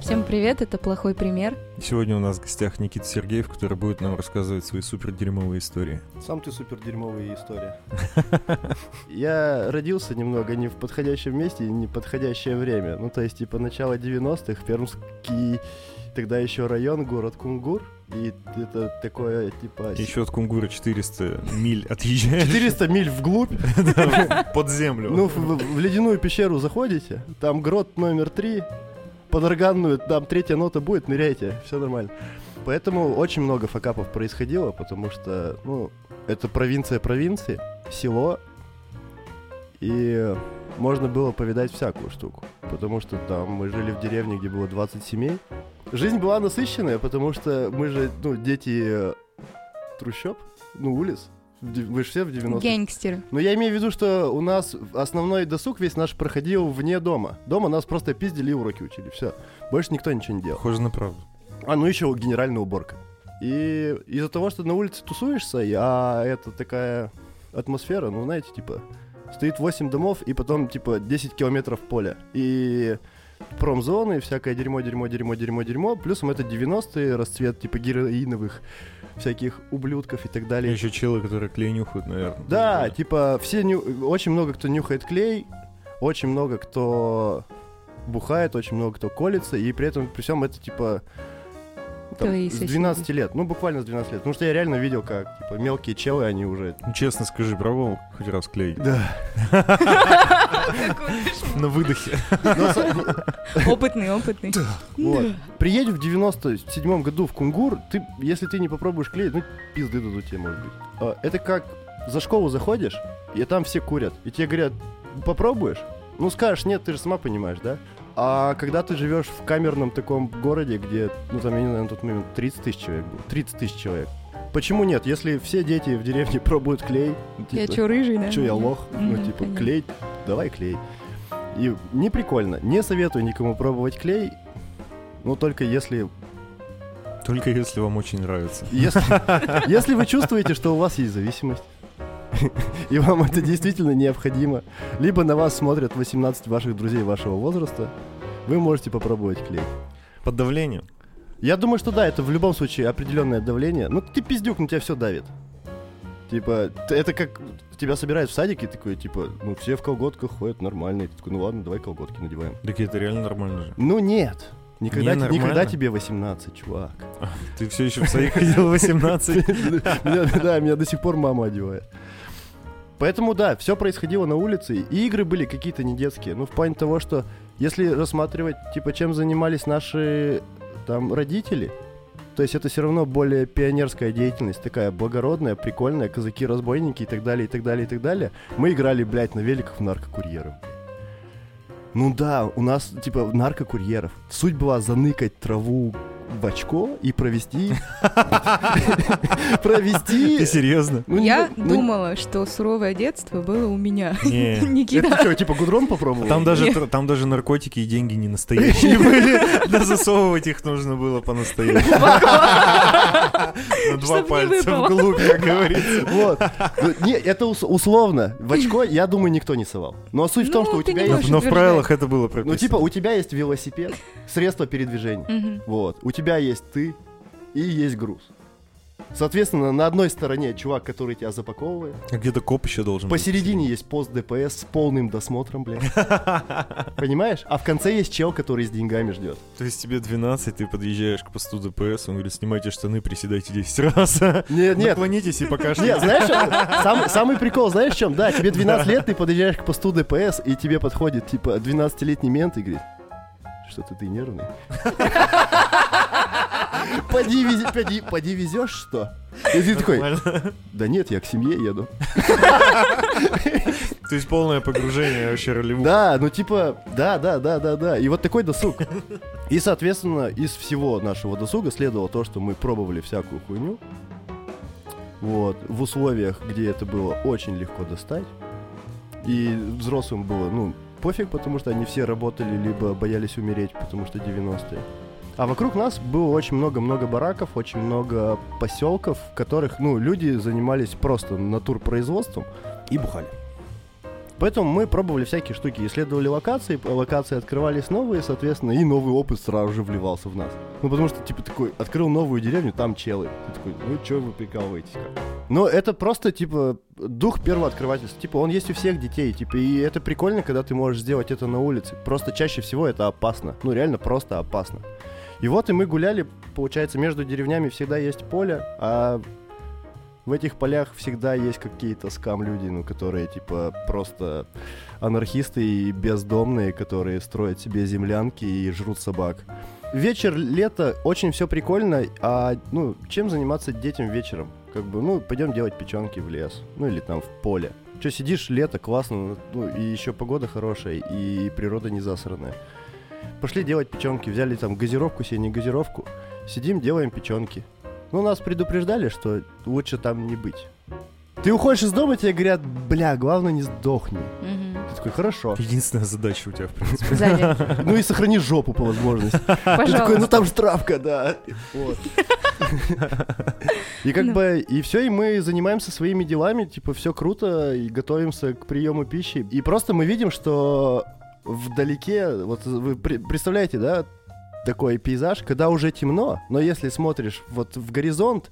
Всем привет, это плохой пример. Сегодня у нас в гостях Никита Сергеев, который будет нам рассказывать свои супер дерьмовые истории. Сам ты супер дерьмовая история. Я родился немного не в подходящем месте и не в подходящее время. Ну, то есть, типа, начало 90-х, Пермский тогда еще район, город Кунгур. И это такое, типа... Еще от Кунгура 400 миль отъезжаешь 400 миль вглубь, под землю. ну, в, в- в ледяную пещеру заходите, там грот номер три, под органную, там третья нота будет, ныряйте, все нормально. Поэтому очень много факапов происходило, потому что, ну, это провинция провинции, село, и можно было повидать всякую штуку, потому что там мы жили в деревне, где было 20 семей. Жизнь была насыщенная, потому что мы же, ну, дети э, трущоб, ну, улиц. В де- Вы же все в 90-х. Гэнгстеры. Ну, я имею в виду, что у нас основной досуг весь наш проходил вне дома. Дома нас просто пиздили и уроки учили. Все. Больше никто ничего не делал. Похоже на правду. А ну еще генеральная уборка. И из-за того, что на улице тусуешься, и- а это такая атмосфера, ну, знаете, типа, стоит 8 домов и потом, типа, 10 километров поля. И промзоны, и всякое дерьмо, дерьмо, дерьмо, дерьмо, дерьмо. Плюсом это 90-е, расцвет, типа, героиновых всяких ублюдков и так далее. Еще челы, которые клей нюхают, наверное. Ну, Да, типа, все ню- очень много кто нюхает клей, очень много кто бухает, очень много кто колется, и при этом, при всем это, типа, там, Твои с соседи. 12 лет, ну, буквально с 12 лет, потому что я реально видел, как, типа, мелкие челы, они уже... Ну, честно скажи, пробовал хоть раз клей? Да. На выдохе. Ну, Опытный, опытный. Вот. Приедь в 97-м году в Кунгур, ты, если ты не попробуешь клей, ну, пизды дадут тебе, может быть. А, Это как за школу заходишь, и там все курят, и тебе говорят, попробуешь? Ну, скажешь, нет, ты же сама понимаешь, да? А когда ты живешь в камерном таком городе, где, ну, там, я не знаю, на тот момент 30 тысяч человек было, 30 тысяч человек, Почему нет? Если все дети в деревне пробуют клей, ну, Я типа, чё, рыжий, да? Че я лох? Ну, Мгм, типа, понятно. клей, давай клей. И не прикольно. Не советую никому пробовать клей. Ну, только если... Только если вам очень нравится. Если, если вы чувствуете, что у вас есть зависимость, и вам это действительно необходимо, либо на вас смотрят 18 ваших друзей вашего возраста, вы можете попробовать клей. Под давлением. Я думаю, что да, это в любом случае определенное давление. Ну, ты пиздюк, на тебя все давит. Типа, т- это как тебя собирают в садике, такой, типа, ну, все в колготках ходят нормально. И ты такой, ну ладно, давай колготки надеваем. Так это реально нормально же. Ну нет. Никогда, Не те- никогда нормально? тебе 18, чувак. Ты все еще в своих ходил 18. Меня- Да, меня до сих пор мама одевает. Поэтому да, все происходило на улице, и игры были какие-то не детские. Ну, в плане того, что если рассматривать, типа, чем занимались наши там родители, то есть это все равно более пионерская деятельность, такая благородная, прикольная, казаки-разбойники и так далее, и так далее, и так далее. Мы играли, блядь, на великах в наркокурьеров. Ну да, у нас, типа, наркокурьеров. Суть была заныкать траву в очко и провести... Провести... Ты серьезно? Ну, не- Я ну, думала, что суровое детство было у меня. Не. Это Никита. что, типа гудрон попробовал? Там даже, Не. тр- там даже наркотики и деньги не настоящие были. Да засовывать их нужно было по-настоящему. На Чтоб два не пальца выпало. вглубь, как говорится. Вот. Ну, Не, это ус- условно. В очко, я думаю, никто не совал. Но суть в том, Ну, что у ты тебя не есть... можешь. Но в правилах это было прописано. Ну, типа, у тебя есть велосипед, средство передвижения. Мгм. Вот. У тебя есть ты и есть груз. Соответственно, на одной стороне чувак, который тебя запаковывает. А Где-то коп еще должен быть. Посередине есть пост ДПС с полным досмотром, блядь. Понимаешь? А в конце есть чел, который с деньгами ждет. То есть тебе 12, ты подъезжаешь к посту ДПС, он говорит, снимайте штаны, приседайте 10 раз. Нет, нет, Наклонитесь и покажите. Не, знаешь, э, сам- самый прикол, знаешь, в чем? Да, тебе 12 лет, ты подъезжаешь к посту ДПС, и тебе подходит, типа, 12-летний мент и говорит, что-то ты нервный. Поди, вези- поди, поди везешь, что? И ты такой, да нет, я к семье еду. То есть полное погружение вообще ролевую. Да, ну типа, да, да, да, да, да. И вот такой досуг. И, соответственно, из всего нашего досуга следовало то, что мы пробовали всякую хуйню. Вот, в условиях, где это было очень легко достать. И взрослым было, ну, пофиг, потому что они все работали, либо боялись умереть, потому что 90-е. А вокруг нас было очень много-много бараков, очень много поселков, в которых, ну, люди занимались просто натурпроизводством и бухали. Поэтому мы пробовали всякие штуки, исследовали локации, п- локации открывались новые, соответственно, и новый опыт сразу же вливался в нас. Ну, потому что, типа, такой, открыл новую деревню, там челы. Ты такой, ну, чё вы прикалываетесь как? Но это просто, типа, дух первооткрывательства. Типа, он есть у всех детей, типа, и это прикольно, когда ты можешь сделать это на улице. Просто чаще всего это опасно. Ну, реально просто опасно. И вот и мы гуляли, получается, между деревнями всегда есть поле, а в этих полях всегда есть какие-то скам-люди, ну, которые, типа, просто анархисты и бездомные, которые строят себе землянки и жрут собак. Вечер, лето, очень все прикольно, а, ну, чем заниматься детям вечером? Как бы, ну, пойдем делать печенки в лес, ну, или там в поле. Че, сидишь, лето, классно, ну, и еще погода хорошая, и природа не засранная. Пошли делать печенки, взяли там газировку себе, не газировку. Сидим, делаем печенки. Ну, нас предупреждали, что лучше там не быть. Ты уходишь из дома, тебе говорят, бля, главное не сдохни. Мгм. Ты такой, хорошо. Единственная задача у тебя, в принципе. Сзади. Ну и сохрани жопу по возможности. Ты такой, ну Пожалуйста. там же травка, да. Вот. И как Ну. бы, и все, и мы занимаемся своими делами, типа, все круто, и готовимся к приему пищи. И просто мы видим, что вдалеке, вот вы при- представляете, да, такой пейзаж, когда уже темно, но если смотришь вот в горизонт,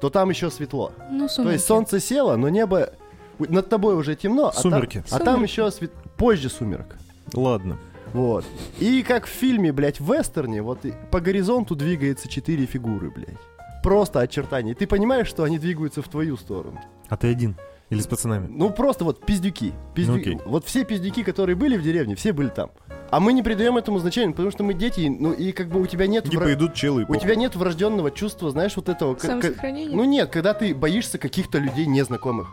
то там еще светло. Ну, То сумерки. есть солнце село, но небо у- над тобой уже темно, а там- Сумерки. а там Сумерки. еще свет... позже сумерок. Ладно. Вот. И как в фильме, блядь, в вестерне, вот и по горизонту двигается четыре фигуры, блядь. Просто очертания. И ты понимаешь, что они двигаются в твою сторону. А ты один? Или с пацанами? Ну, просто вот пиздюки. Пиздю- Ну, окей. Вот все пиздюки, которые были в деревне, все были там. А мы не придаем этому значения, потому что мы дети, и- ну и как бы у тебя нет... вра- Типа идут челы. и У похуй. тебя нет врожденного чувства, знаешь, вот этого... к- к- Самосохранение? Ну нет, когда ты боишься каких-то людей незнакомых.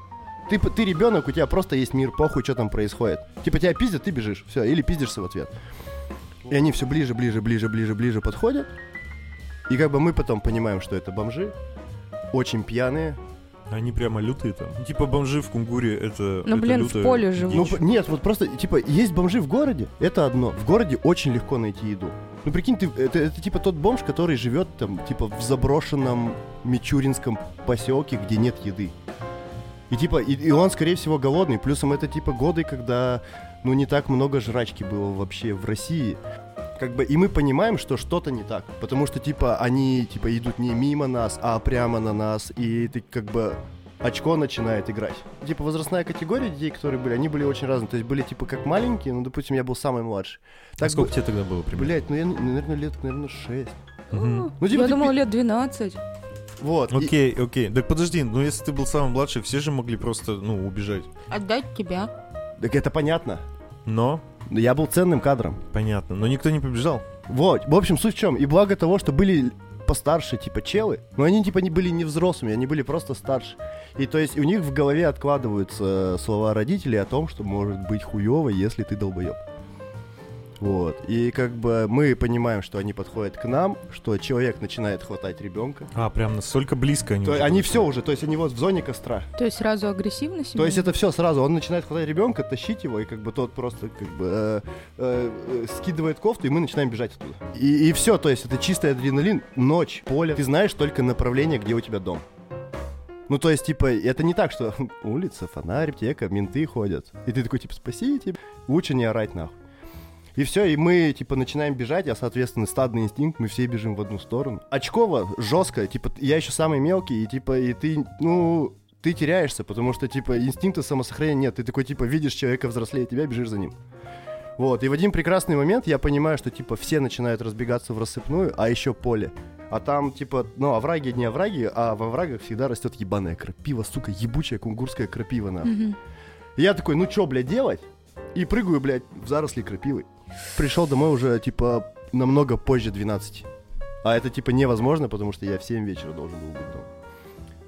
Ты, п- ты ребенок, у тебя просто есть мир, похуй, что там происходит. Типа тебя пиздят, ты бежишь, все, или пиздишься в ответ. И они все ближе, ближе, ближе, ближе, ближе подходят. И как бы мы потом понимаем, что это бомжи, очень пьяные. Они прямо лютые там. Ну, Типа бомжи в Кунгуре это. Ну, это блин, в лютая поле дичь. живут. Ну, п- нет, вот просто, типа, есть бомжи в городе, это одно. В городе очень легко найти еду. Ну, прикинь, ты, это, это типа тот бомж, который живет там, типа, в заброшенном Мичуринском поселке, где нет еды. И типа, и, и он, скорее всего, голодный. Плюсом это типа годы, когда, ну, не так много жрачки было вообще в России. Как бы, и мы понимаем, что что-то не так. Потому что, типа, они, типа, идут не мимо нас, а прямо на нас. И ты, как бы, очко начинает играть. Типа, возрастная категория детей, которые были, они были очень разные. То есть были, типа, как маленькие, ну, допустим, я был самый младший. А Так сколько тебе тогда было примерно? Блять, ну я, наверное, лет, наверное, 6. Мгм. Ну, типа, Я ты думал, пи- лет 12. Вот. и- Окей, окей. Так подожди, ну если ты был самый младший, все же могли просто, ну, убежать. Отдать тебя. Так это понятно. Но, Но я был ценным кадром. понятно, но никто не побежал. Вот, в общем, суть в чем. И благо того, что были постарше, типа, челы, но они, типа, не были не взрослыми, они были просто старше. И, то есть, у них в голове откладываются э, слова родителей о том, что может быть хуево, если ты долбоеб. Вот. И как бы мы понимаем, что они подходят к нам, что человек начинает хватать ребенка. А, прям настолько близко они. То- уже они были. все уже, то есть они вот в зоне костра. То есть сразу агрессивно себя? То есть это все сразу. Он начинает хватать ребенка, тащить его, и как бы тот просто как бы э, э, э, скидывает кофту, и мы начинаем бежать оттуда. И, все, то есть это чистый адреналин, ночь, поле. Ты знаешь только направление, где у тебя дом. Ну, то есть, типа, это не так, что улица, фонарь, аптека, менты ходят. И ты такой, типа, спасите, лучше не орать нахуй. И все, и мы, типа, начинаем бежать, а, соответственно, стадный инстинкт, мы все бежим в одну сторону. Очково, жестко, типа, я еще самый мелкий, и, типа, и ты, ну, ты теряешься, потому что, типа, инстинкта самосохранения нет. Ты такой, типа, видишь человека взрослее тебя, бежишь за ним. Вот, и в один прекрасный момент я понимаю, что, типа, все начинают разбегаться в рассыпную, а еще поле. А там, типа, ну, овраги не овраги, а в оврагах всегда растет ебаная крапива, сука, ебучая кунгурская крапива, нахуй. Мгм. И Я такой, ну чё, блядь, делать? И прыгаю, блядь, в заросли крапивы. Пришел домой уже, типа, намного позже 12. А это, типа, невозможно, потому что я в 7 вечера должен был быть дома.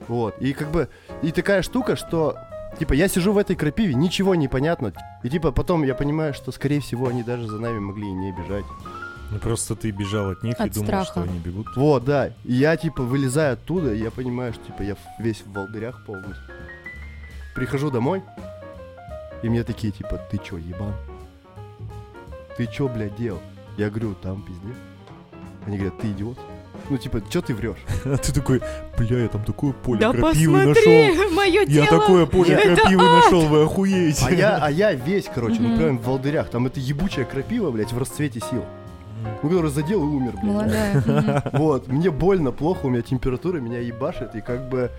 Вот. И как бы, и такая штука, что, типа, я сижу в этой крапиве, ничего не понятно. И, типа, потом я понимаю, что, скорее всего, они даже за нами могли и не бежать. Ну просто ты бежал от них и От думал, страха. что они бегут. Вот, да. И я, типа, вылезаю оттуда, и я понимаю, что, типа, я в- весь в волдырях полностью. Прихожу домой, и мне такие, типа, ты чё, ебан? Ты чё, блядь, делал? Я говорю, там пиздец. Они говорят, ты идиот. Ну, типа, что ты врешь? А ты такой, бля, я там такое поле Да крапивы нашел. посмотри, мое Я дело. такое поле Это крапивы нашел, вы охуеете. А я, а я весь, короче, ну Мгм. прям в волдырях. Там это ебучая крапива, блядь, в расцвете сил. Ну, который задел и умер, блядь. Молодая. мгм. Вот, мне больно, плохо, у меня температура, меня ебашит, и как бы...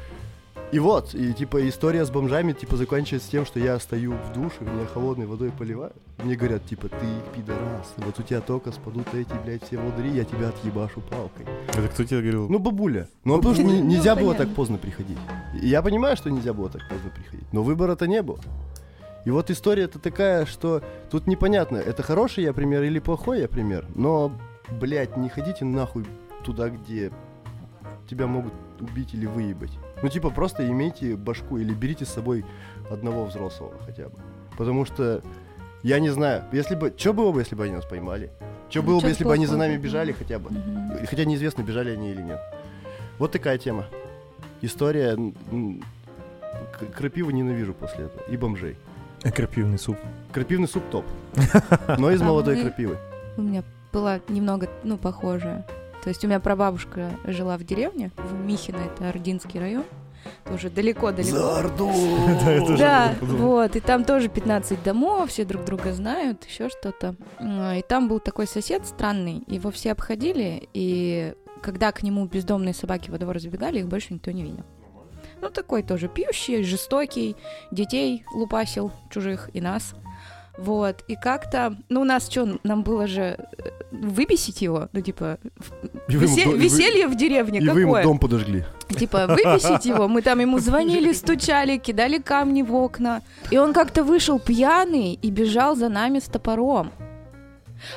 И вот, и типа история с бомжами, типа, заканчивается тем, что я стою в душе, меня холодной водой поливают. Мне говорят, типа, ты пидорас, вот у тебя только спадут эти, блядь, все волдыри, я тебя отъебашу палкой. Это кто тебе говорил? Ну, бабуля. Ну, а потому что не- Ну, нельзя было понятно. так поздно приходить. И Я понимаю, что нельзя было так поздно приходить, но выбора-то не было. И вот история-то такая, что тут непонятно, это хороший я пример или плохой я пример, но, блядь, не ходите нахуй туда, где тебя могут убить или выебать. Ну, типа, просто имейте башку или берите с собой одного взрослого хотя бы. Потому что, я не знаю, если бы... Что было бы, если бы они нас поймали? Что Ну, было бы, чё если бы они за плохого? нами бежали хотя бы? Мгм. Хотя неизвестно, бежали они или нет. Вот такая тема. История. м, м, к- Крапиву ненавижу после этого. И бомжей. Э, Крапивный суп. Крапивный суп топ. Но из А молодой вы- крапивы. У меня была немного, ну, похожая. То есть у меня прабабушка жила в деревне, в Михино, это Ординский район, тоже далеко-далеко. Зарду! Да, это же- Да, подумал. вот, и там тоже 15 домов, все друг друга знают, еще что-то. М, И там был такой сосед странный, его все обходили, и когда к нему бездомные собаки во двор забегали, их больше никто не видел. Ну, такой тоже пьющий, жестокий, детей лупасил чужих и нас. Вот, и как-то, ну, у нас что, нам было же э, выбесить его, ну, типа, И вы ему весе- до- и вы- веселье в деревне И вы ему какое? дом подожгли. Типа, выбесить его. Мы там ему звонили, стучали, кидали камни в окна. И он как-то вышел пьяный и бежал за нами с топором.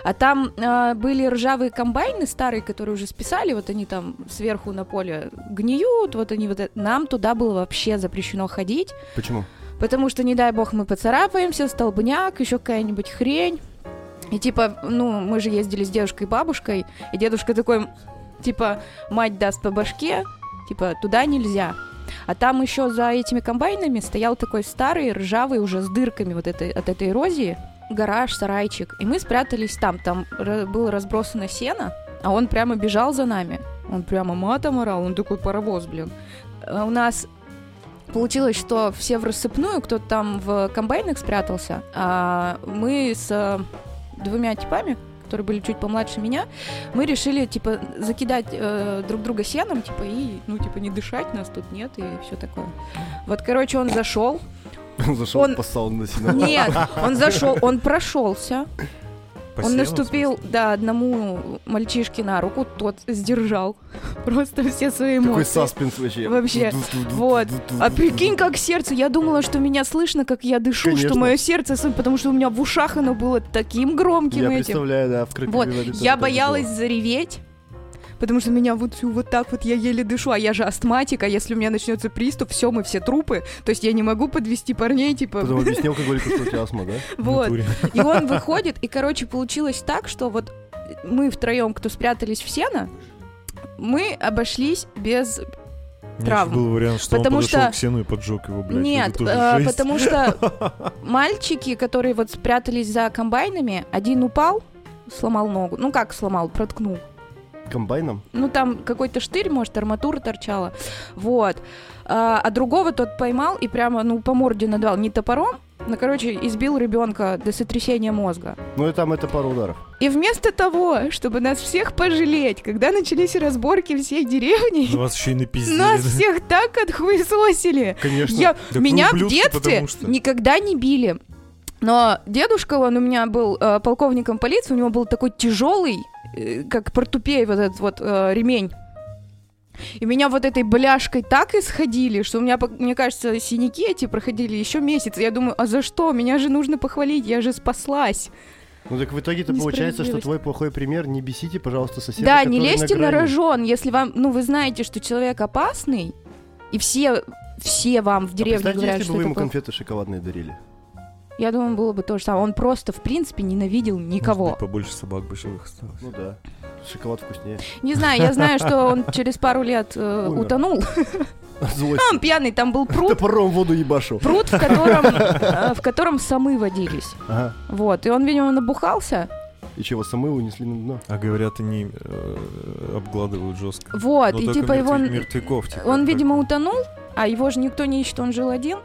А там э, были ржавые комбайны старые, которые уже списали, вот они там сверху на поле гниют, вот они вот... э- Нам туда было вообще запрещено ходить, Почему? потому что, не дай бог, мы поцарапаемся, столбняк, еще какая-нибудь хрень. И типа, ну, мы же ездили с девушкой и бабушкой, и дедушка такой, типа, мать даст по башке, типа, туда нельзя. А там еще за этими комбайнами стоял такой старый, ржавый, уже с дырками вот этой, от этой эрозии, гараж, сарайчик. И мы спрятались там, там ра- было разбросано сено, а он прямо бежал за нами. Он прямо матом орал, он такой паровоз, блин. А У нас получилось, что все в рассыпную, кто-то там в комбайнах спрятался, а мы с э, двумя типами, которые были чуть помладше меня, мы решили, типа, закидать э, друг друга сеном, типа, и, ну, типа, не дышать, нас тут нет, и все такое. Вот, короче, он зашел, Он зашел, Он- поссал на сено. нет, он зашел, он прошелся, По он сену, наступил, да, одному мальчишке на руку, тот сдержал просто все свои Такой эмоции. саспенс вообще. Вообще, вот. А прикинь, как сердце. Я думала, что меня слышно, как я дышу, что Конечно. мое сердце, слышно, потому что у меня в ушах оно было таким громким Я этим. представляю, да, в крапиве. Вот, в этой Я тоже боялась зареветь, потому что меня вот всю вот так вот я еле дышу, а я же астматик, а если у меня начнется приступ, все, мы все трупы, то есть я не могу подвести парней, было. типа, Потом объяснил алкоголику, что у тебя астма, да? в вот. натуре. И он выходит, и, короче, получилось так, что вот мы втроем, кто спрятались в сено, мы обошлись без... У меня Травм. ещё был вариант, что Потому он подошел что- к сену и поджег его, блядь. ну Нет, это тоже э, жесть. потому что мальчики, которые вот спрятались за комбайнами, один упал, сломал ногу. Ну как сломал, проткнул. Комбайном? Ну, там какой-то штырь, может, арматура торчала. Вот. А, а другого тот поймал и прямо, ну, по морде надавал. Не топором, но, короче, избил ребенка до сотрясения мозга. Ну и там это пару ударов. И вместо того, чтобы нас всех пожалеть, когда начались разборки всей Ну, деревни, Вас еще и напиздили. нас всех так отхуесосили. Конечно. Я, Так меня вы в ублюдки, детстве потому что. никогда не били. Но дедушка, он у меня был э, полковником полиции, у него был такой тяжелый, э, как портупей, вот этот вот э, ремень. И меня вот этой бляшкой так исходили, что у меня, пок- мне кажется, синяки эти проходили еще месяц. Я думаю, а за что? Меня же нужно похвалить, я же спаслась. Ну так в итоге-то получается, что Несправедливость. твой плохой пример. Не бесите, пожалуйста, соседа, да, не который лезьте на, грани. рожон, если вам, ну, вы знаете, что человек опасный, и все, все вам в А деревне представьте, говорят, если что бы вы это ему плохо. конфеты шоколадные дарили. Я думаю, было бы то же самое. Он просто, в принципе, ненавидел Может никого. быть, побольше собак бы живых осталось. Ну да. Шоколад вкуснее. Не знаю, я знаю, что он через пару лет э, Умер. утонул. Злость. Он пьяный, там был пруд. Топором в воду ебашу. Пруд, в котором, э, в котором самы водились. Ага. Вот. И он, видимо, набухался. и чего, самые унесли на дно. А говорят, они э, обгладывают жестко. Вот, Но и только типа его... мертв- мертвяков. типа, Он, только. видимо, утонул, а его же никто не ищет, он жил один.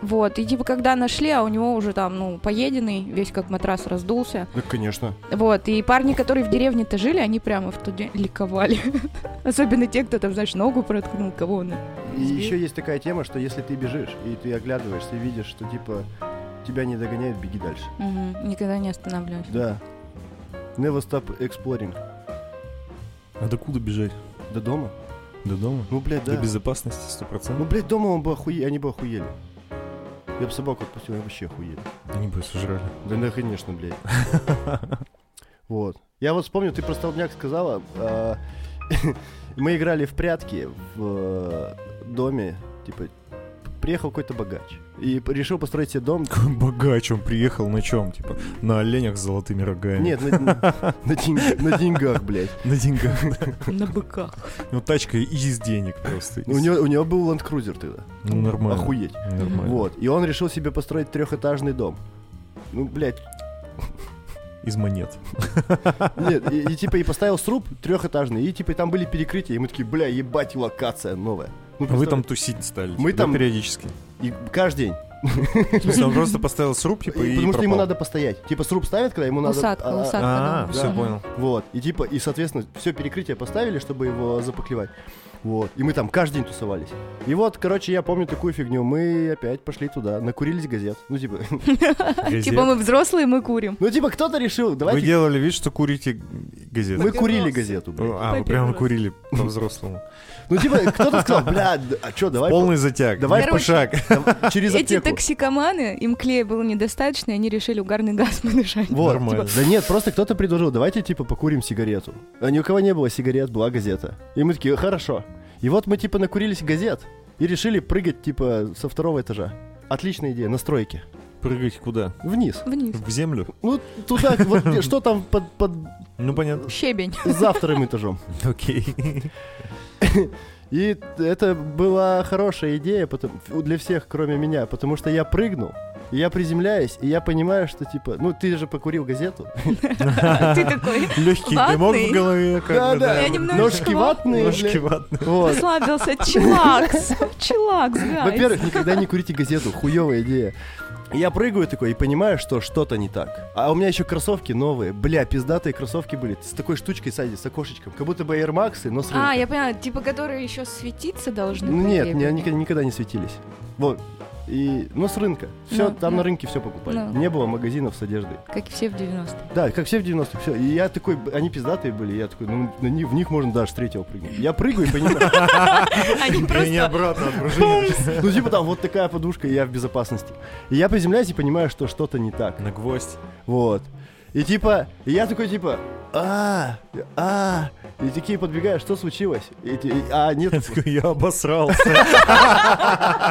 Вот, и типа когда нашли, а у него уже там, ну, поеденный, весь как матрас раздулся. Да, конечно. Вот, и парни, которые в деревне-то жили, они прямо в тот день ликовали. Особенно те, кто там, знаешь, ногу проткнул, кого он. И Сбил. еще есть такая тема, что если ты бежишь, и ты оглядываешься и видишь, что типа тебя не догоняют, беги дальше. Мгм, Никогда не останавливаюсь. Да. Never stop exploring. А докуда бежать? До дома? До дома? Ну, блядь, да. До безопасности сто Ну, процентов. блядь, дома он бы охуе... они бы охуели. Я бы собаку отпустил, они вообще охуели. Они бы сожрали. Да, да, конечно, блядь. Вот. Я вот вспомнил, ты про столбняк сказала. а, Мы играли в прятки в э, доме. Типа, приехал какой-то богач. И решил построить себе дом. Какой богач он приехал на чем? Типа на оленях с золотыми рогами. Нет, на, на день- на деньгах, блядь. На деньгах. На быках. Ну, тачка из денег просто. Ну, У него, у него был ландкрузер тогда. Ну, нормально. Охуеть. Нормально. Вот. И он решил себе построить трехэтажный дом. Ну, блядь. Из монет. Нет, и, и типа и поставил сруб трехэтажный, и типа и там были перекрытия, и мы такие, бля, ебать, локация новая. Ну, А Вы там представляешь? тусить стали. Мы типа, да, там- периодически. И каждый день. Э, В смысле, он просто поставил сруб, типа, и потому что ему пропал. надо постоять. Типа сруб ставят, когда ему надо... Усадка, а, а, усадка. А, дома. все, Мгм. понял. Вот, и типа, и, соответственно, все перекрытие поставили, чтобы его запаклевать. Вот, и мы там каждый день тусовались. И вот, короче, я помню такую фигню. Мы опять пошли туда, накурились газет. Ну, типа, Типа мы взрослые, мы курим. ну, типа, кто-то решил, Вы давайте... делали вид, что курите газеты. Мы курили газету, блядь. А, вы По прямо первый раз. курили по-взрослому. Ну, типа, кто-то сказал, бля, д- а что, давай... Полный затяг. Давай Давай Короче, пошаг. по- Через Эти аптеку. токсикоманы, им клея было недостаточно, и они решили угарный газ подышать. Вот, Нормально. типа, да нет, просто кто-то предложил, давайте типа покурим сигарету. А ни у кого не было сигарет, была газета. И мы такие, хорошо. И вот мы типа накурились газет и решили прыгать типа со второго этажа. Отличная идея, на стройке. Прыгать куда? Вниз. Вниз. В землю? Ну, туда, вот где- что там под, под Ну, понятно. Щебень. за вторым этажом. Окей. И это была хорошая идея потом, для всех, кроме меня, потому что я прыгнул, и я приземляюсь, и я понимаю, что типа, ну ты же покурил газету. Ты такой Легкий дымок Ватный. в голове. как бы, да. Я немножечко Ножки ватные. Ножки бля. ватные. Вот. расслабился. Чилакс. Чилакс, гайз. Во-первых, никогда не курите газету, хуевая идея. Я прыгаю такой и понимаю, что что-то не так. А у меня еще кроссовки новые. Бля, пиздатые кроссовки были. С такой штучкой сзади, с окошечком. Как будто бы Air Max'ы, но с А, рынка. я поняла, типа, которые еще светиться должны. Ну, по Нет, идее, не- были. они никогда, никогда не светились. Вот. И, но с рынка. Все, Ну, там ну. на рынке все покупали. Ну. Не было магазинов с одеждой. Как и все в 90-е. Да, как все в 90-х, все. И я такой, б- они пиздатые были, я такой, ну, на них- в них можно даже с третьего прыгнуть. Я прыгаю и понимаю, Они И не просто... обратно отпружинили. ну, типа там вот такая подушка, и я в безопасности. И я приземляюсь и понимаю, что что-то не так. На гвоздь. Вот. И типа, и я такой типа, а, а, и такие подбегаю, что случилось? И те- и- а, нет, Такой, Я обосрался.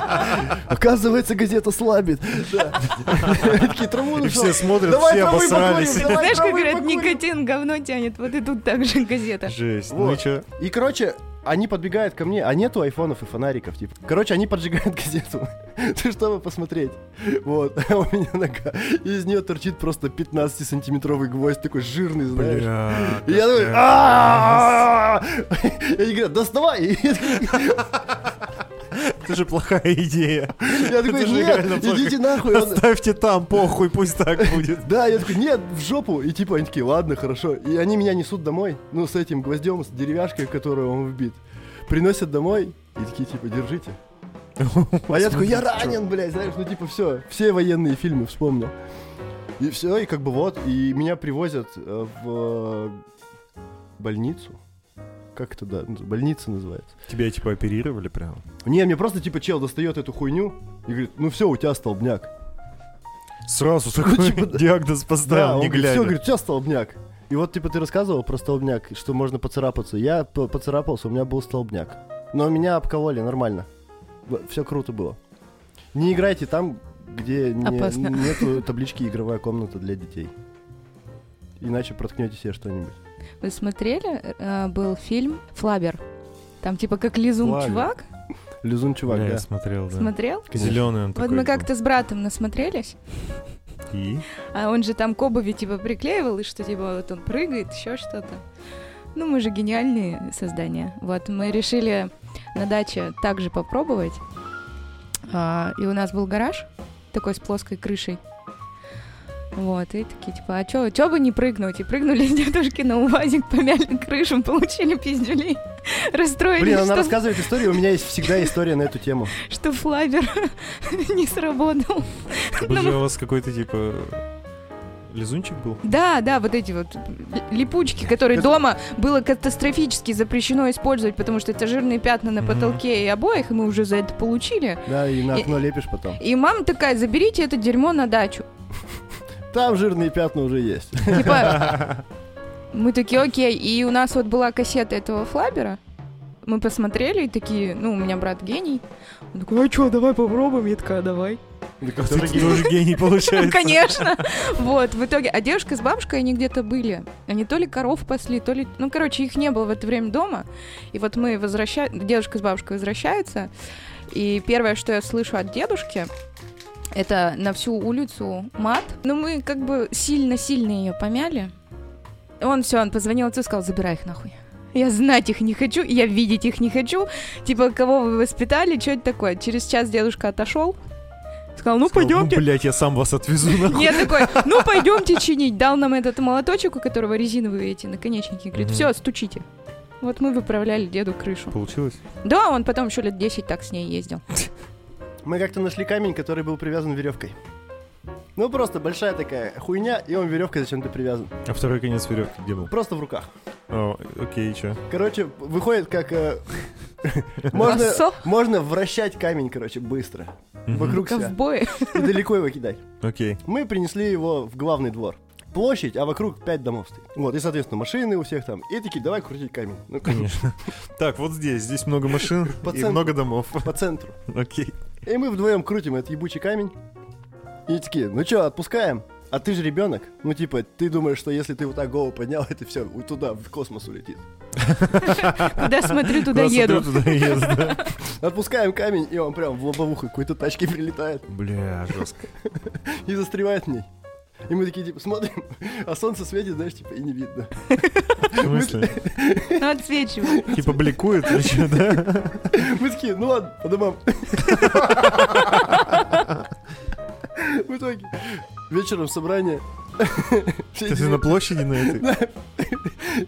оказывается, газета слабит. Да. Такие траву И нашел. все смотрят, Давай все травы обосрались. покурим, давай Знаешь, как травы говорят, покурим. никотин говно тянет, вот и тут так же газета. Жесть. Ну и Вот. чё? И, короче, они подбегают ко мне, а нету айфонов и фонариков, типа. Короче, они поджигают газету, Ну, чтобы посмотреть. Вот, а у меня нога, и из нее торчит просто 15-сантиметровый гвоздь, такой жирный, знаешь. Бля. И я такой, капец. «А-а-а!» И они говорят, доставай! И я такой, Это же плохая идея. Я такой, Это же нет, реально плохо. идите нахуй. Он- Оставьте там, похуй, пусть так будет. Да, я такой, нет, в жопу. И типа они такие, ладно, хорошо. И они меня несут домой, ну, с этим гвоздем, с деревяшкой, в которую он вбит. Приносят домой и такие, типа, держите. А я такой, я ранен, блядь, знаешь, ну, типа, все, все военные фильмы вспомнил. И все, и как бы вот, и меня привозят э, в э, больницу. Как это, да, ну, больница называется. Тебя типа оперировали прям? Не, мне просто, типа, чел достает эту хуйню и говорит, ну все, у тебя столбняк. Сразу такой типа, да. диагноз поставил, не Все, глядя. говорит, у тебя столбняк. И вот, типа, ты рассказывал про столбняк, что можно поцарапаться. Я п- поцарапался, у меня был столбняк. Но меня обкололи нормально. Все круто было. Не играйте там, где Опасно. нет таблички «Игровая комната для детей». Иначе проткнете себе что-нибудь. Вы смотрели? Э, Был фильм «Флабер». Там типа как лизун Флабер. чувак. Лизун чувак, Бля, да. Я смотрел, да. Смотрел? Конечно. Зеленый он такой. Вот мы был. как-то с братом насмотрелись. И? А он же там к обуви типа приклеивал, и что типа вот он прыгает, еще что-то. Ну, мы же гениальные создания. Вот, мы решили на даче также попробовать. А, и у нас был гараж такой с плоской крышей. Вот, и такие, типа, а чё, чё бы не прыгнуть? И прыгнули из дедушки на УАЗик, помяли крышу, получили пиздюлей, расстроились, Блин, она что, рассказывает историю, у меня есть всегда история на эту тему. что флабер не сработал. Боже, у вас какой-то типа лизунчик был? Да, да, вот эти вот л- липучки, которые Это- дома было катастрофически запрещено использовать, потому что это жирные пятна на Мгм. потолке и обоих, и мы уже за это получили. Да, и на И- окно лепишь потом. И мама такая, заберите это дерьмо на дачу. Там жирные пятна уже есть. Типа, мы такие, окей, и у нас вот была кассета этого флабера, мы посмотрели и такие, ну, у меня брат гений. Он такой, а что, давай попробуем? Я такая, давай. Ты типа, тоже гений получается. Конечно. Вот, в итоге. А девушка с бабушкой, они где-то были. Они то ли коров пасли, то ли... Ну, короче, их не было в это время дома. И вот мы возвращаемся... Дедушка с бабушкой возвращаются. И первое, что я слышу от дедушки, это на всю улицу мат. Но мы как бы сильно-сильно ее помяли. Он все, он позвонил отцу и сказал, забирай их нахуй. Я знать их не хочу, я видеть их не хочу. Типа, кого вы воспитали, что это такое? Через час дедушка отошел, сказал, ну Сказал, пойдемте. Ну, блядь, я сам вас отвезу нахуй. Я такой, ну пойдемте чинить. Дал нам этот молоточек, у которого резиновые эти наконечники. Говорит, Мгм. все, стучите. Вот мы выправляли деду крышу. Получилось? Да, он потом еще лет 10 так с ней ездил. Мы как-то нашли камень, который был привязан веревкой. Ну просто большая такая хуйня, и он веревкой зачем-то привязан. А второй конец веревки где был? Просто в руках. О, окей, чё? Короче, выходит как... э, можно, Лассо. можно вращать камень, короче, быстро. Мгм. Вокруг себя. Ковбои. И далеко его кидать. Окей. Мы принесли его в главный двор. Площадь, а вокруг 5 домов стоит. Вот, и, соответственно, машины у всех там. И такие, давай крутить камень. Ну, Конечно. Так, вот здесь. Здесь много машин По и центру. много домов. по центру. Окей. И мы вдвоем крутим этот ебучий камень. И такие, ну чё, отпускаем? А ты же ребенок. Ну, типа, ты думаешь, что если ты вот так голову поднял, это все туда, в космос улетит. Куда смотрю, туда Куда еду. смотрю, туда и еду, да. Отпускаем камень, и он прям в лобовуху какой-то тачки прилетает Бля, жестко. и застревает в ней. И мы такие, типа, смотрим, а солнце светит, знаешь, типа, и не видно. В смысле? Ну, отсвечивай. Типа бликует или чё, да? Мы такие, ну ладно, по домам. В итоге, вечером собрание. Все Ты эти на площади на этой?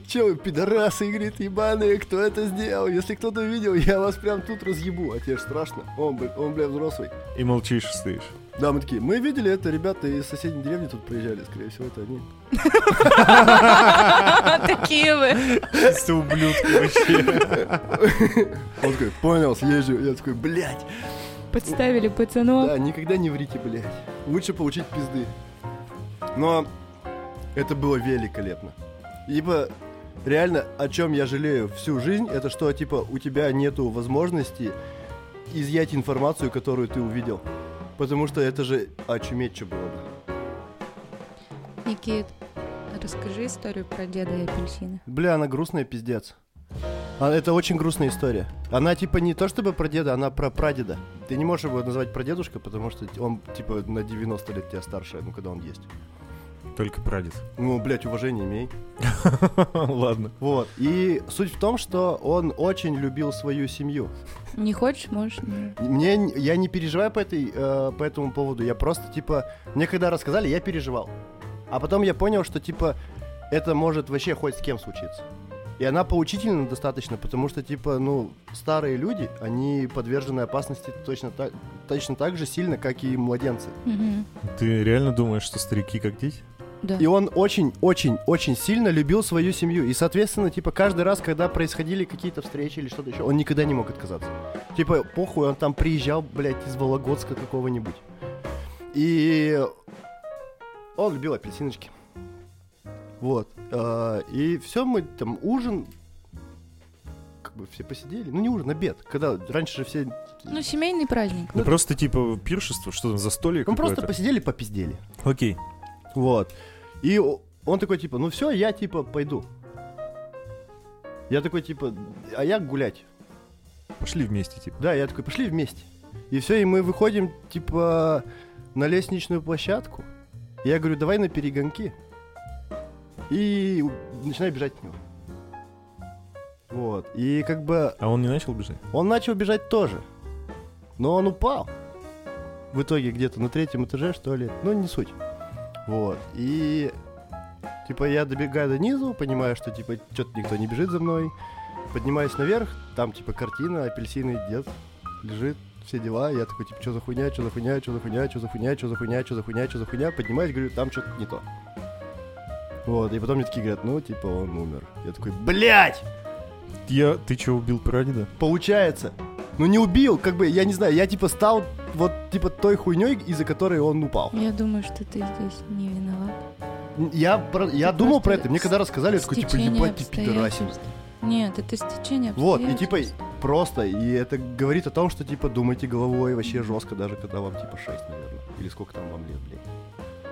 Че вы, пидорасы, говорит, ебаные, кто это сделал? Если кто-то видел, я вас прям тут разъебу. А тебе ж страшно. Он, бля, он, бля, взрослый. И молчишь, стоишь. Да, мы такие, мы видели это, ребята из соседней деревни тут приезжали, скорее всего, это они. Такие вы. Ты ублюдки вообще. Он такой, понял, съезжу. Я такой, блядь, Подставили пацанов. да, никогда не врите, блядь. Лучше получить пизды. Но это было великолепно. Ибо реально, о чем я жалею всю жизнь, это что, типа, у тебя нету возможности изъять информацию, которую ты увидел. Потому что это же очуметь, что было бы. Никит, расскажи историю про деда и апельсины. Бля, она грустная, пиздец. А, это очень грустная история. Она типа не то чтобы про деда, она про прадеда. Ты не можешь его назвать прадедушка, потому что он типа на 90 лет тебя старше, ну когда он есть. Только прадед. Ну, блядь, уважение имей. Ладно. Вот. И суть в том, что он очень любил свою семью. Не хочешь, можешь. не. Мне, н- я не переживаю по, этой, э, по этому поводу. Я просто, типа, мне когда рассказали, я переживал. А потом я понял, что, типа, это может вообще хоть с кем случиться. И она поучительна достаточно, потому что, типа, ну, старые люди, они подвержены опасности точно так, точно так же сильно, как и младенцы. Мгм. Ты реально думаешь, что старики как дети? Да. И он очень-очень-очень сильно любил свою семью. И, соответственно, типа, каждый раз, когда происходили какие-то встречи или что-то еще, он никогда не мог отказаться. Типа, похуй, он там приезжал, блядь, из Вологодска какого-нибудь. И он любил апельсиночки. Вот. Э, И все, мы там ужин, как бы все посидели. Ну, не ужин, обед. Когда раньше же все... Ну, семейный праздник. Да просто типа пиршество, что там за столик Ну, просто какое-то? посидели, попиздели. Окей. Вот. И о- он такой, типа, ну все, я, типа, пойду. Я такой, типа, а я гулять. Пошли вместе, типа. Да, я такой, пошли вместе. И все, и мы выходим, типа, на лестничную площадку. Я говорю, давай на перегонки. И у- начинаю бежать от него. Вот. И как бы А он не начал бежать? он начал бежать тоже. Но он упал. В итоге где-то на третьем этаже, что ли. Ну, не суть. Вот. И... Типа я добегаю до низу, понимаю, что типа что-то никто не бежит за мной. Поднимаюсь наверх, там типа картина, апельсиновый дед лежит, все дела. Я такой, типа, что за хуйня, что за хуйня, что за хуйня, что за хуйня, что за хуйня, что за хуйня, что за хуйня. Поднимаюсь, говорю, там что-то не то. Вот, и потом мне такие говорят, ну, типа, он умер. Я такой, блядь! Я... Ты че, убил прадеда? Получается. Ну не убил, как бы, я не знаю, я типа стал вот типа той хуйней, из-за которой он упал. Я думаю, что ты здесь не виноват. Н- Я, про- я Ты думал про просто это, мне когда рассказали, я такой, типа, Стечение ебать, ты пидорасин. обстоятельств. Нет, это стечение Вот, и типа, обстоятельств. просто, и это говорит о том, что, типа, думайте головой вообще жестко, даже когда вам, типа, 6, наверное, или сколько там вам лет, блядь.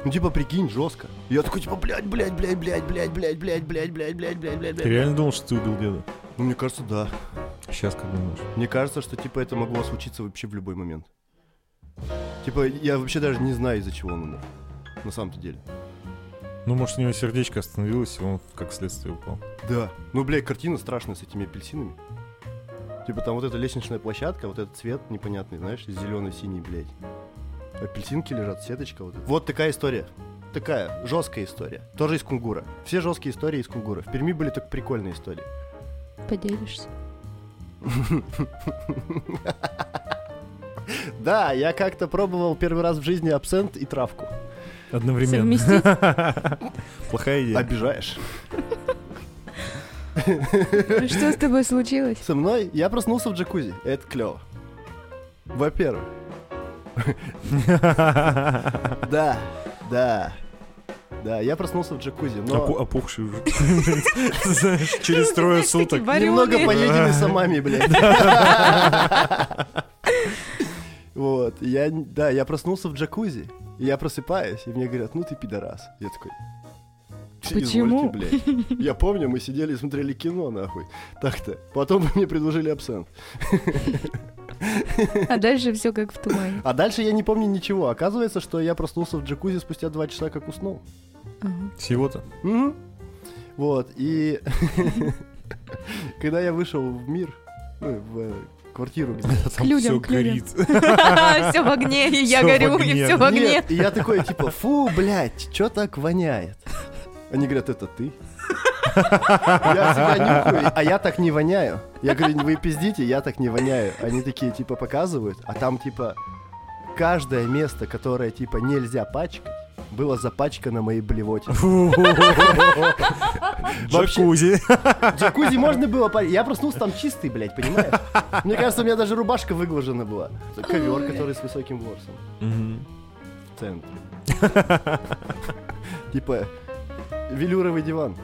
Ну, типа, прикинь, жестко. Я такой, типа, блядь, блядь, блядь, блядь, блядь, блядь, блядь, блядь, блядь, блядь, блядь, блядь, Ты блядь. реально думал, что ты убил деда? Ну, мне кажется, да. Сейчас как думаешь? Мне кажется, что типа это могло случиться вообще в любой момент. Типа, я вообще даже не знаю, из-за чего он умер. На самом-то деле. Ну, может, у него сердечко остановилось, и он как следствие упал. Да. Ну, блядь, картина страшная с этими апельсинами. Типа там вот эта лестничная площадка, вот этот цвет непонятный, знаешь, зеленый, синий, блядь. Апельсинки лежат, сеточка вот. эта. Вот такая история. Такая жесткая история. Тоже из Кунгура. Все жесткие истории из Кунгура. В Перми были только прикольные истории. Поделишься. Да, я как-то пробовал первый раз в жизни абсент и травку. Одновременно. Совместить? Плохая идея. Обижаешь. А Что с тобой случилось? Со мной я проснулся в джакузи. Это клево. Во-первых. Да, да. Да, я проснулся в джакузи, Опу- но Опухший уже. Знаешь, через трое Ну, Знаешь, такие А суток. немного варёные. поеденный самами, блядь. Вот, я, н- да, я проснулся в джакузи, и я просыпаюсь, и мне говорят, ну ты пидорас. Я такой, Почему? «Извольте, блядь. Я помню, мы сидели и смотрели кино, нахуй. Так-то. Потом мне предложили абсент. А дальше все как в тумане. А дальше я не помню ничего. Оказывается, что я проснулся в джакузи спустя два часа, как уснул. Ага. Всего-то. Мгм. Вот, и когда я вышел в мир, ну, в э, квартиру, где... К людям, Всё к людям. горит. Все в огне, и я Всё в горю, и огне. все в огне. Нет, и я такой, типа, фу, блядь, чё так воняет? Они говорят, это ты. Я всегда нюхаю, а я так не воняю. Я говорю, вы пиздите, я так не воняю. Они такие, типа, показывают, а там, типа, каждое место, которое, типа, нельзя пачкать, было запачкано моей блевотиной. Фу. Джакузи. Джакузи можно было пар- Я проснулся там чистый, блядь, понимаешь? Мне кажется, у меня даже рубашка выглажена была. Ковер, который с высоким ворсом Мгм. в центре. Типа, велюровый диван.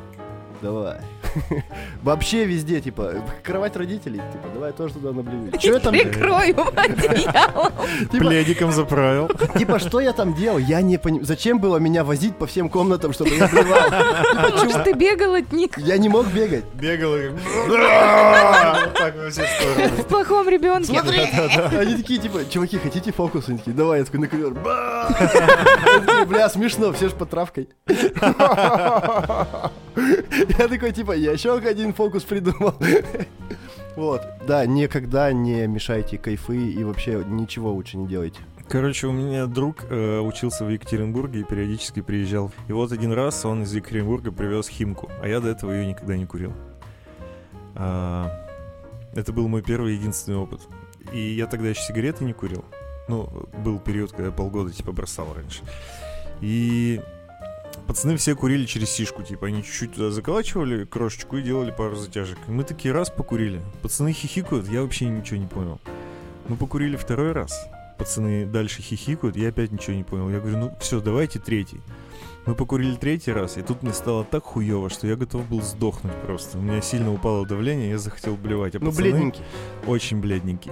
Давай. Вообще везде, типа, кровать родителей, типа, давай я тоже туда наблюю. Че там? Прикрою одеялом. Типа, Пледиком заправил. Типа, что я там делал? Я не понимаю. Зачем было меня возить по всем комнатам, чтобы я плевал? А Может, ты бегал от них Я не мог бегать. Бегал и... Вот так во все стороны. в плохом ребенке? Они такие, типа, чуваки, хотите фокус? Они такие, давай, я такой на ковер. Ба! Я такой, Бля, смешно, все же под травкой. Я такой, типа, я еще один фокус придумал. Вот, да, никогда не мешайте кайфы и вообще ничего лучше не делайте. Короче, у меня друг э, учился в Екатеринбурге и периодически приезжал. И вот один раз он из Екатеринбурга привез химку, а я до этого ее никогда не курил. А, это был мой первый и единственный опыт. И я тогда еще сигареты не курил. Ну, был период, когда я полгода типа бросал раньше. И пацаны все курили через сишку, типа они чуть-чуть туда заколачивали крошечку и делали пару затяжек. И мы такие раз покурили. Пацаны хихикают, я вообще ничего не понял. Мы покурили второй раз пацаны дальше хихикают, я опять ничего не понял. Я говорю, ну все, давайте третий. Мы покурили третий раз, и тут мне стало так хуево, что я готов был сдохнуть просто. У меня сильно упало давление, я захотел блевать. А Ну, пацаны бледненький. очень бледненький.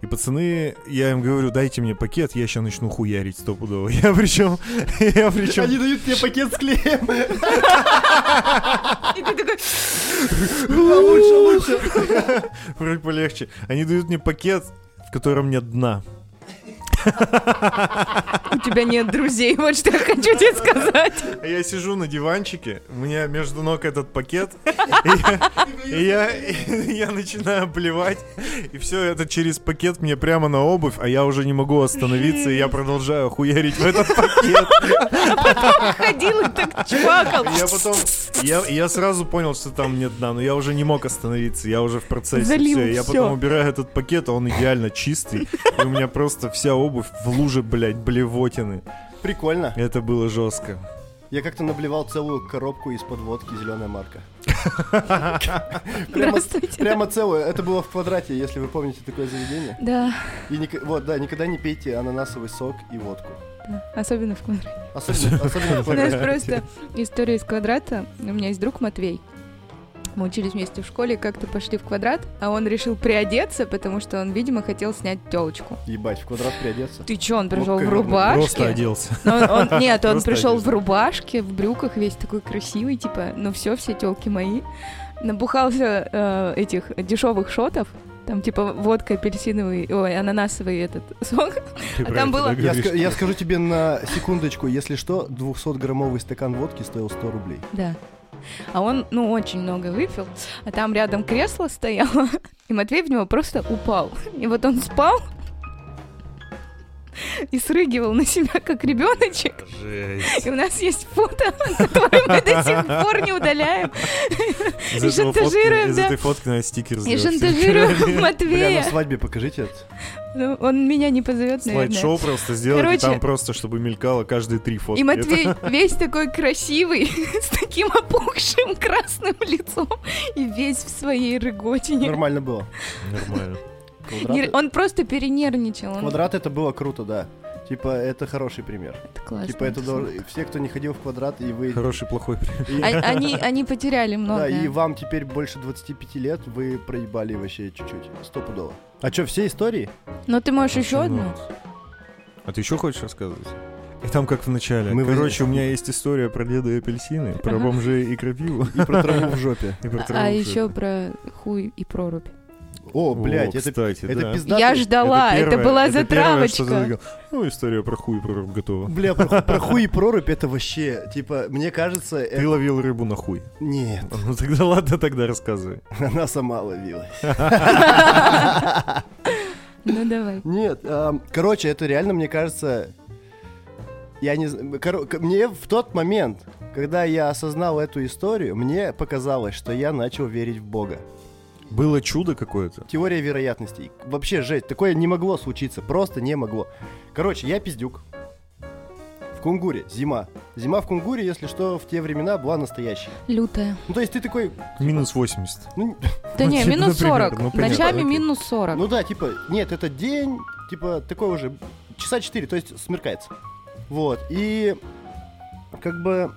И пацаны, я им говорю, дайте мне пакет, я сейчас начну хуярить стопудово. Я причем, я причем Они дают мне пакет с клеем. И ты такой, Лучше, А лучше. Вроде полегче. Они дают мне пакет, в котором нет дна. У тебя нет друзей, вот что я хочу тебе сказать. Я сижу на диванчике, у меня между ног этот пакет, и я- и я, и я начинаю плевать, и все это через пакет мне прямо на обувь, а я уже не могу остановиться, и я продолжаю хуярить в этот пакет. Ходил и так чвакал. И Я потом, я, я сразу понял, что там нет дна, но я уже не мог остановиться, я уже в процессе. Залил всё. я всё. потом убираю этот пакет, а он идеально чистый, и у меня просто вся обувь в луже, блядь, блевотины. Прикольно. Это было жестко. Я как-то наблевал целую коробку из-под водки «Зеленая марка». Прямо, Здравствуйте. прямо целую. Это было в квадрате, если вы помните такое заведение. Да, И ника- вот, да, никогда не пейте ананасовый сок и водку. да, особенно в квадрате. Особенно, особенно в У нас квадрате. Ну, просто история из квадрата. У меня есть друг Матвей. Мы учились вместе в школе, как-то пошли в квадрат, а он решил приодеться, потому что он, видимо, хотел снять телочку. Ебать, в квадрат приодеться. Ты чё, он пришел как в бы, ну, Просто рубашке? оделся. Но он- он- нет, он Просто пришел в одежда. рубашке, в брюках, весь такой красивый, типа, ну все, все телки мои. Набухался э, этих дешевых шотов, там типа водка, апельсиновый, ой, ананасовый этот сок. Ты А про там это, было- да, Я Я, говоришь? ска- я скажу тебе на секундочку, если что, 200-граммовый стакан водки стоил 100 рублей. Да. А он, ну, очень много выпил, а там рядом кресло стояло, и Матвей в него просто упал. И вот он спал и срыгивал на себя, как ребеночек. Жесть. И у нас есть фото, которое мы до сих пор не удаляем. Из, И этого фотки- шантажируем, из да. этой фотки на стикер И сделать. шантажируем Бля, на Матвея. свадьбе покажите это. Ну, он меня не позовет, наверное. Слайд-шоу просто сделать, и Короче. там просто, чтобы мелькало каждые три фотки. И Матвей Это- весь такой красивый, с таким опухшим красным лицом и весь в своей рыготине. Нормально было. Нормально. Квадрат, Нер- Он просто перенервничал. Он... квадрат это было круто, да. Типа, это хороший пример. Это классно. типа, это слушай. дол- все, кто не ходил в квадрат, и вы... Хороший, плохой пример. и- А- Они, они потеряли много. Да, и вам теперь больше 25 лет, вы проебали вообще чуть-чуть. Стопудово. А что, все истории? Но ты можешь еще Ну, одну? А ты еще хочешь рассказывать? И там как в начале. Мы Короче, у меня есть история про деда и апельсины, про Ага. бомжей и крапиву. И про траву в жопе. И про А траву. еще про хуй и прорубь. О, О, блядь, это, кстати, это да. пизда. Я ждала, это, первое- была это первое, затравочка. что задвигал. Ну, история про хуй и про рыб готова. Бля, про, ху- про хуй и прорубь это вообще, типа, мне кажется, Ты это... ловил рыбу на хуй. Нет, Ну тогда ладно, тогда рассказывай. она сама ловилась. Ну давай. Нет, ам, короче, это реально, мне кажется... Я не зн- коро- к- Мне в тот момент, когда я осознал эту историю, мне показалось, что я начал верить в Бога. Было чудо какое-то. Теория вероятностей. Вообще, жесть, такое не могло случиться, просто не могло. Короче, я пиздюк. В Кунгуре, зима. Зима в Кунгуре, если что, в те времена была настоящей. Лютая. Ну, то есть ты такой, Минус 80. ну, Да Ну, не, типа, минус например, 40. ну, понятно, Ночами окей. минус 40. ну да, типа, нет, это день, типа, такой уже, часа 4, то есть смеркается. Вот, и как бы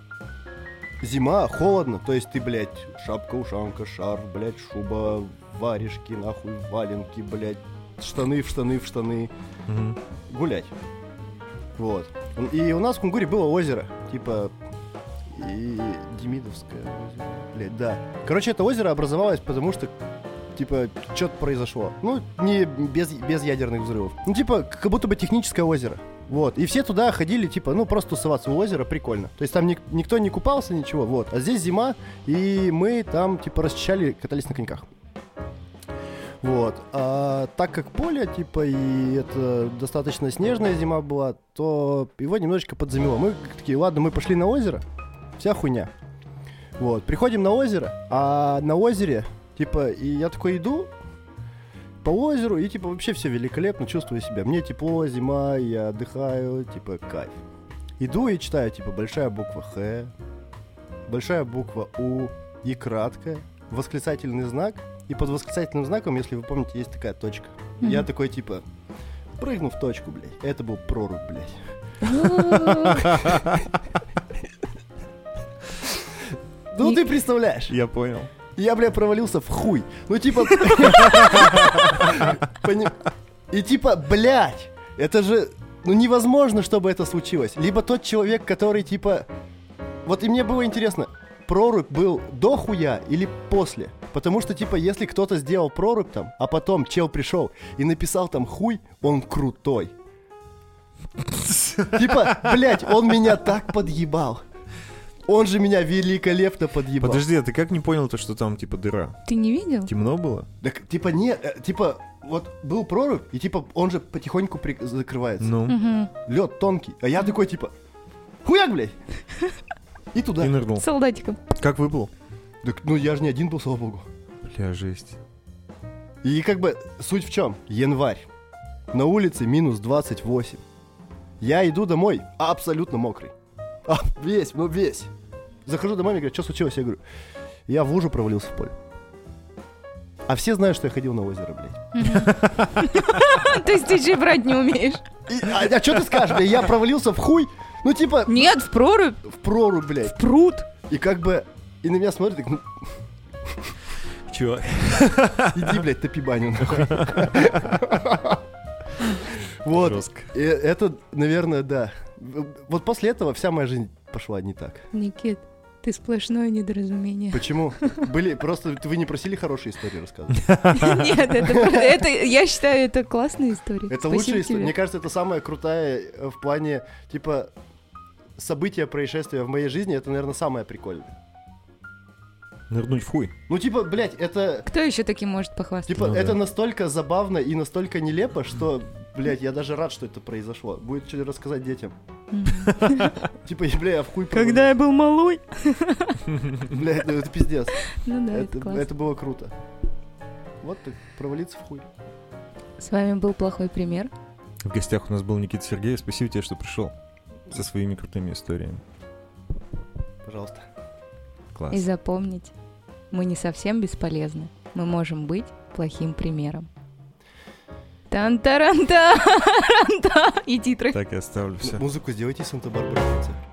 зима, холодно, то есть ты, блядь, шапка, ушанка, шар, блядь, шуба, варежки, нахуй, валенки, блядь, штаны в штаны в штаны. Мгм. гулять. Вот. И у нас в Кунгуре было озеро, типа и Демидовское озеро. Блядь, да. Короче, это озеро образовалось, потому что типа что-то произошло. Ну, не без, без ядерных взрывов. Ну, типа, как будто бы техническое озеро. Вот. И все туда ходили, типа, ну, просто тусоваться у озера, прикольно. То есть там ник- никто не купался, ничего, вот. А здесь зима, и мы там, типа, расчищали, катались на коньках. Вот. А так как поле, типа, и это достаточно снежная зима была, то его немножечко подзамело. Мы такие, ладно, мы пошли на озеро. Вся хуйня. Вот. Приходим на озеро, а на озере, типа, и я такой иду по озеру, и, типа, вообще все великолепно, чувствую себя. Мне тепло, зима, я отдыхаю, типа, кайф. Иду и читаю, типа, большая буква Х, большая буква У и краткая, восклицательный знак, и под восклицательным знаком, если вы помните, есть такая точка. Мгм. Я такой, типа, прыгну в точку, блядь. Это был прорубь, блядь. Ну, И- ты представляешь. Я понял. Я, бля, провалился в хуй. Ну, типа... пони- И типа, блядь, это же... Ну, невозможно, чтобы это случилось. Либо тот человек, который, типа... Вот и мне было интересно, прорубь был до хуя или после? Потому что, типа, если кто-то сделал прорубь там, а потом чел пришел и написал там хуй, он крутой. Типа, блядь, он меня так подъебал. Он же меня великолепно подъебал. Подожди, а ты как не понял то, что там типа дыра? Ты не видел? Темно было? Так, типа, не, э, типа, вот был прорубь, и типа он же потихоньку при- закрывается. Ну, Мгм. Лед тонкий. А я такой, типа, хуяк, блядь. И туда. и нырнул. Солдатиком. Как выплыл? Так, ну я же не один был, слава богу. Бля, жесть. И как бы суть в чем? Январь. На улице минус 28. Я иду домой абсолютно мокрый. А, весь, ну весь. Захожу домой, мне говорят, что случилось? Я говорю, я в лужу провалился в поле. А все знают, что я ходил на озеро, блядь. То есть ты же и брать не умеешь. И- а, что ты скажешь, блядь, я провалился в хуй? Ну типа Нет, в прорубь. в прорубь, блядь. В пруд. И как бы, и на меня смотрят, так, ну Чего? иди, блядь, топи баню нахуй. Вот, Жестко. И это, наверное, да. Вот после этого вся моя жизнь пошла не так. Никит, ты сплошное недоразумение. Почему? Были просто вы не просили хорошие истории рассказывать. Нет, это, это- я считаю, это классная история. Это Спасибо лучшая история. тебе. Мне кажется, это самая крутая э, в плане типа события, происшествия в моей жизни. Это, наверное, самое прикольное. Нырнуть в хуй. Ну типа, блядь, это Кто еще таким может похвастаться? типа Ну да. это настолько забавно и настолько нелепо, что Блять, я даже рад, что это произошло. Будет что рассказать детям. Типа, бля, я в хуй Когда я был малой. Блять, ну это пиздец. Ну да, это, Это, классно. это было круто. Вот так, провалиться в хуй. С вами был плохой пример. В гостях у нас был Никита Сергеев. Спасибо тебе, что пришел. Со своими крутыми историями. Пожалуйста. Класс. И запомните, мы не совсем бесполезны. Мы можем быть плохим примером. тан таран та И титры. Так и оставлю все. Музыку сделайте из Санта-Барбары в конце.